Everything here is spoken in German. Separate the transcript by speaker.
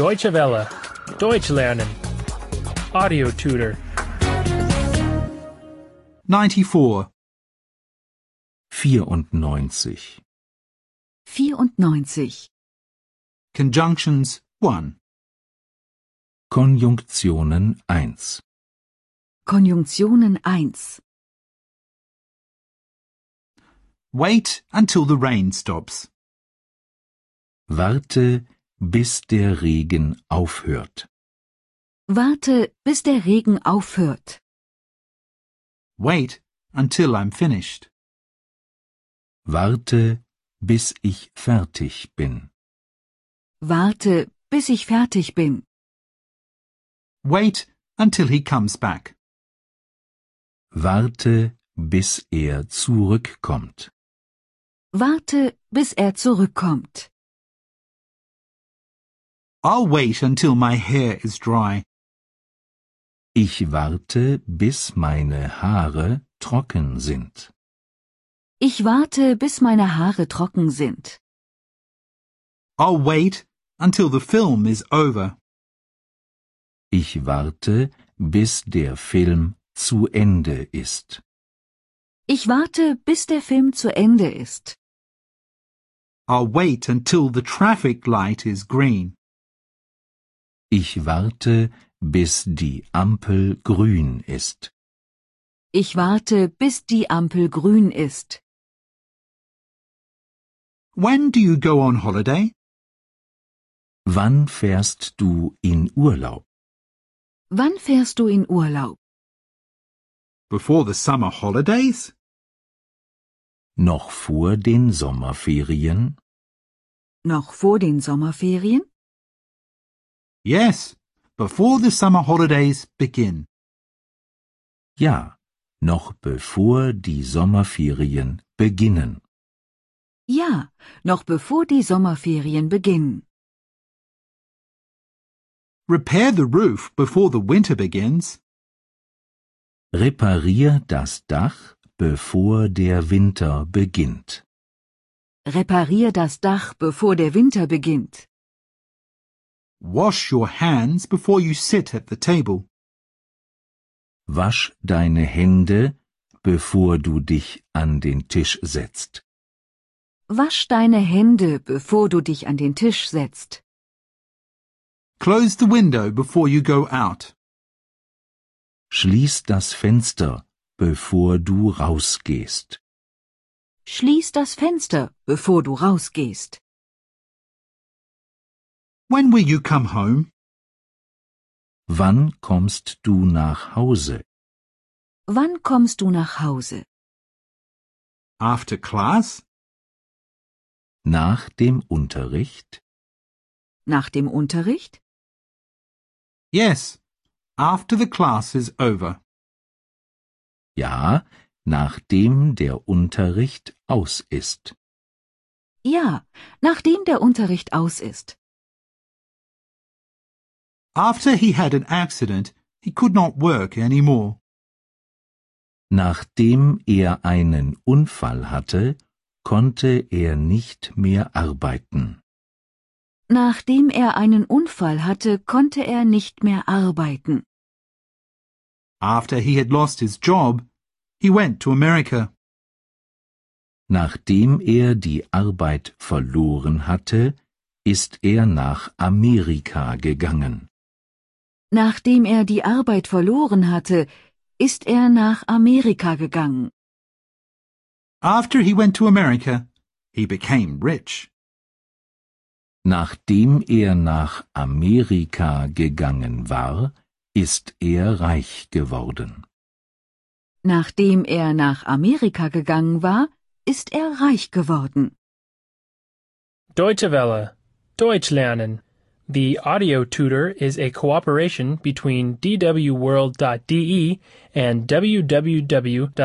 Speaker 1: Deutsche Welle. Deutsch lernen. Audio tutor.
Speaker 2: 94.
Speaker 3: 94.
Speaker 4: 94.
Speaker 2: Conjunctions 1.
Speaker 3: Konjunktionen 1.
Speaker 4: Konjunktionen 1.
Speaker 2: Wait until the rain stops.
Speaker 3: Warte, bis der Regen aufhört.
Speaker 4: Warte, bis der Regen aufhört.
Speaker 2: Wait until I'm finished.
Speaker 3: Warte, bis ich fertig bin.
Speaker 4: Warte, bis ich fertig bin.
Speaker 2: Wait until he comes back.
Speaker 3: Warte, bis er zurückkommt.
Speaker 4: Warte, bis er zurückkommt.
Speaker 2: I'll wait until my hair is dry.
Speaker 3: Ich warte, bis meine Haare trocken sind.
Speaker 4: Ich warte, bis meine Haare trocken sind.
Speaker 2: I'll wait until the film is over.
Speaker 3: Ich warte, bis der Film zu Ende ist.
Speaker 4: Ich warte, bis der Film zu Ende ist.
Speaker 2: I'll wait until the traffic light is green.
Speaker 3: Ich warte, bis die Ampel grün ist.
Speaker 4: Ich warte, bis die Ampel grün ist.
Speaker 2: When do you go on holiday?
Speaker 3: Wann fährst du in Urlaub?
Speaker 4: Wann fährst du in Urlaub?
Speaker 2: Before the summer holidays?
Speaker 3: Noch vor den Sommerferien?
Speaker 4: Noch vor den Sommerferien?
Speaker 2: Yes, before the summer holidays begin.
Speaker 3: Ja, noch bevor die Sommerferien beginnen.
Speaker 4: Ja, noch bevor die Sommerferien beginnen.
Speaker 2: Repair the roof before the winter begins.
Speaker 3: Reparier das Dach, bevor der Winter beginnt.
Speaker 4: Reparier das Dach, bevor der Winter beginnt.
Speaker 2: Wash your hands before you sit at the table.
Speaker 3: Wasch deine Hände, bevor du dich an den Tisch setzt.
Speaker 4: Wasch deine Hände, bevor du dich an den Tisch setzt.
Speaker 2: Close the window before you go out.
Speaker 3: Schließ das Fenster, bevor du rausgehst.
Speaker 4: Schließ das Fenster, bevor du rausgehst.
Speaker 2: When will you come home?
Speaker 3: Wann kommst du nach Hause?
Speaker 4: Wann kommst du nach Hause?
Speaker 2: After class?
Speaker 3: Nach dem Unterricht?
Speaker 4: Nach dem Unterricht?
Speaker 2: Yes, after the class is over.
Speaker 3: Ja, nachdem der Unterricht aus ist.
Speaker 4: Ja, nachdem der Unterricht aus ist.
Speaker 2: After he had an accident, he could not work anymore.
Speaker 3: Nachdem er einen Unfall hatte, konnte er nicht mehr arbeiten.
Speaker 4: Nachdem er einen Unfall hatte, konnte er nicht mehr arbeiten.
Speaker 2: After he had lost his job, he went to America.
Speaker 3: Nachdem er die Arbeit verloren hatte, ist er nach Amerika gegangen.
Speaker 4: Nachdem er die Arbeit verloren hatte, ist er nach Amerika gegangen.
Speaker 2: After he went to America, he became rich.
Speaker 3: Nachdem er nach Amerika gegangen war, ist er reich geworden.
Speaker 4: Nachdem er nach Amerika gegangen war, ist er reich geworden.
Speaker 1: Deutsche Welle. Deutsch lernen. The audio tutor is a cooperation between E dwworld.de and www.book2.de.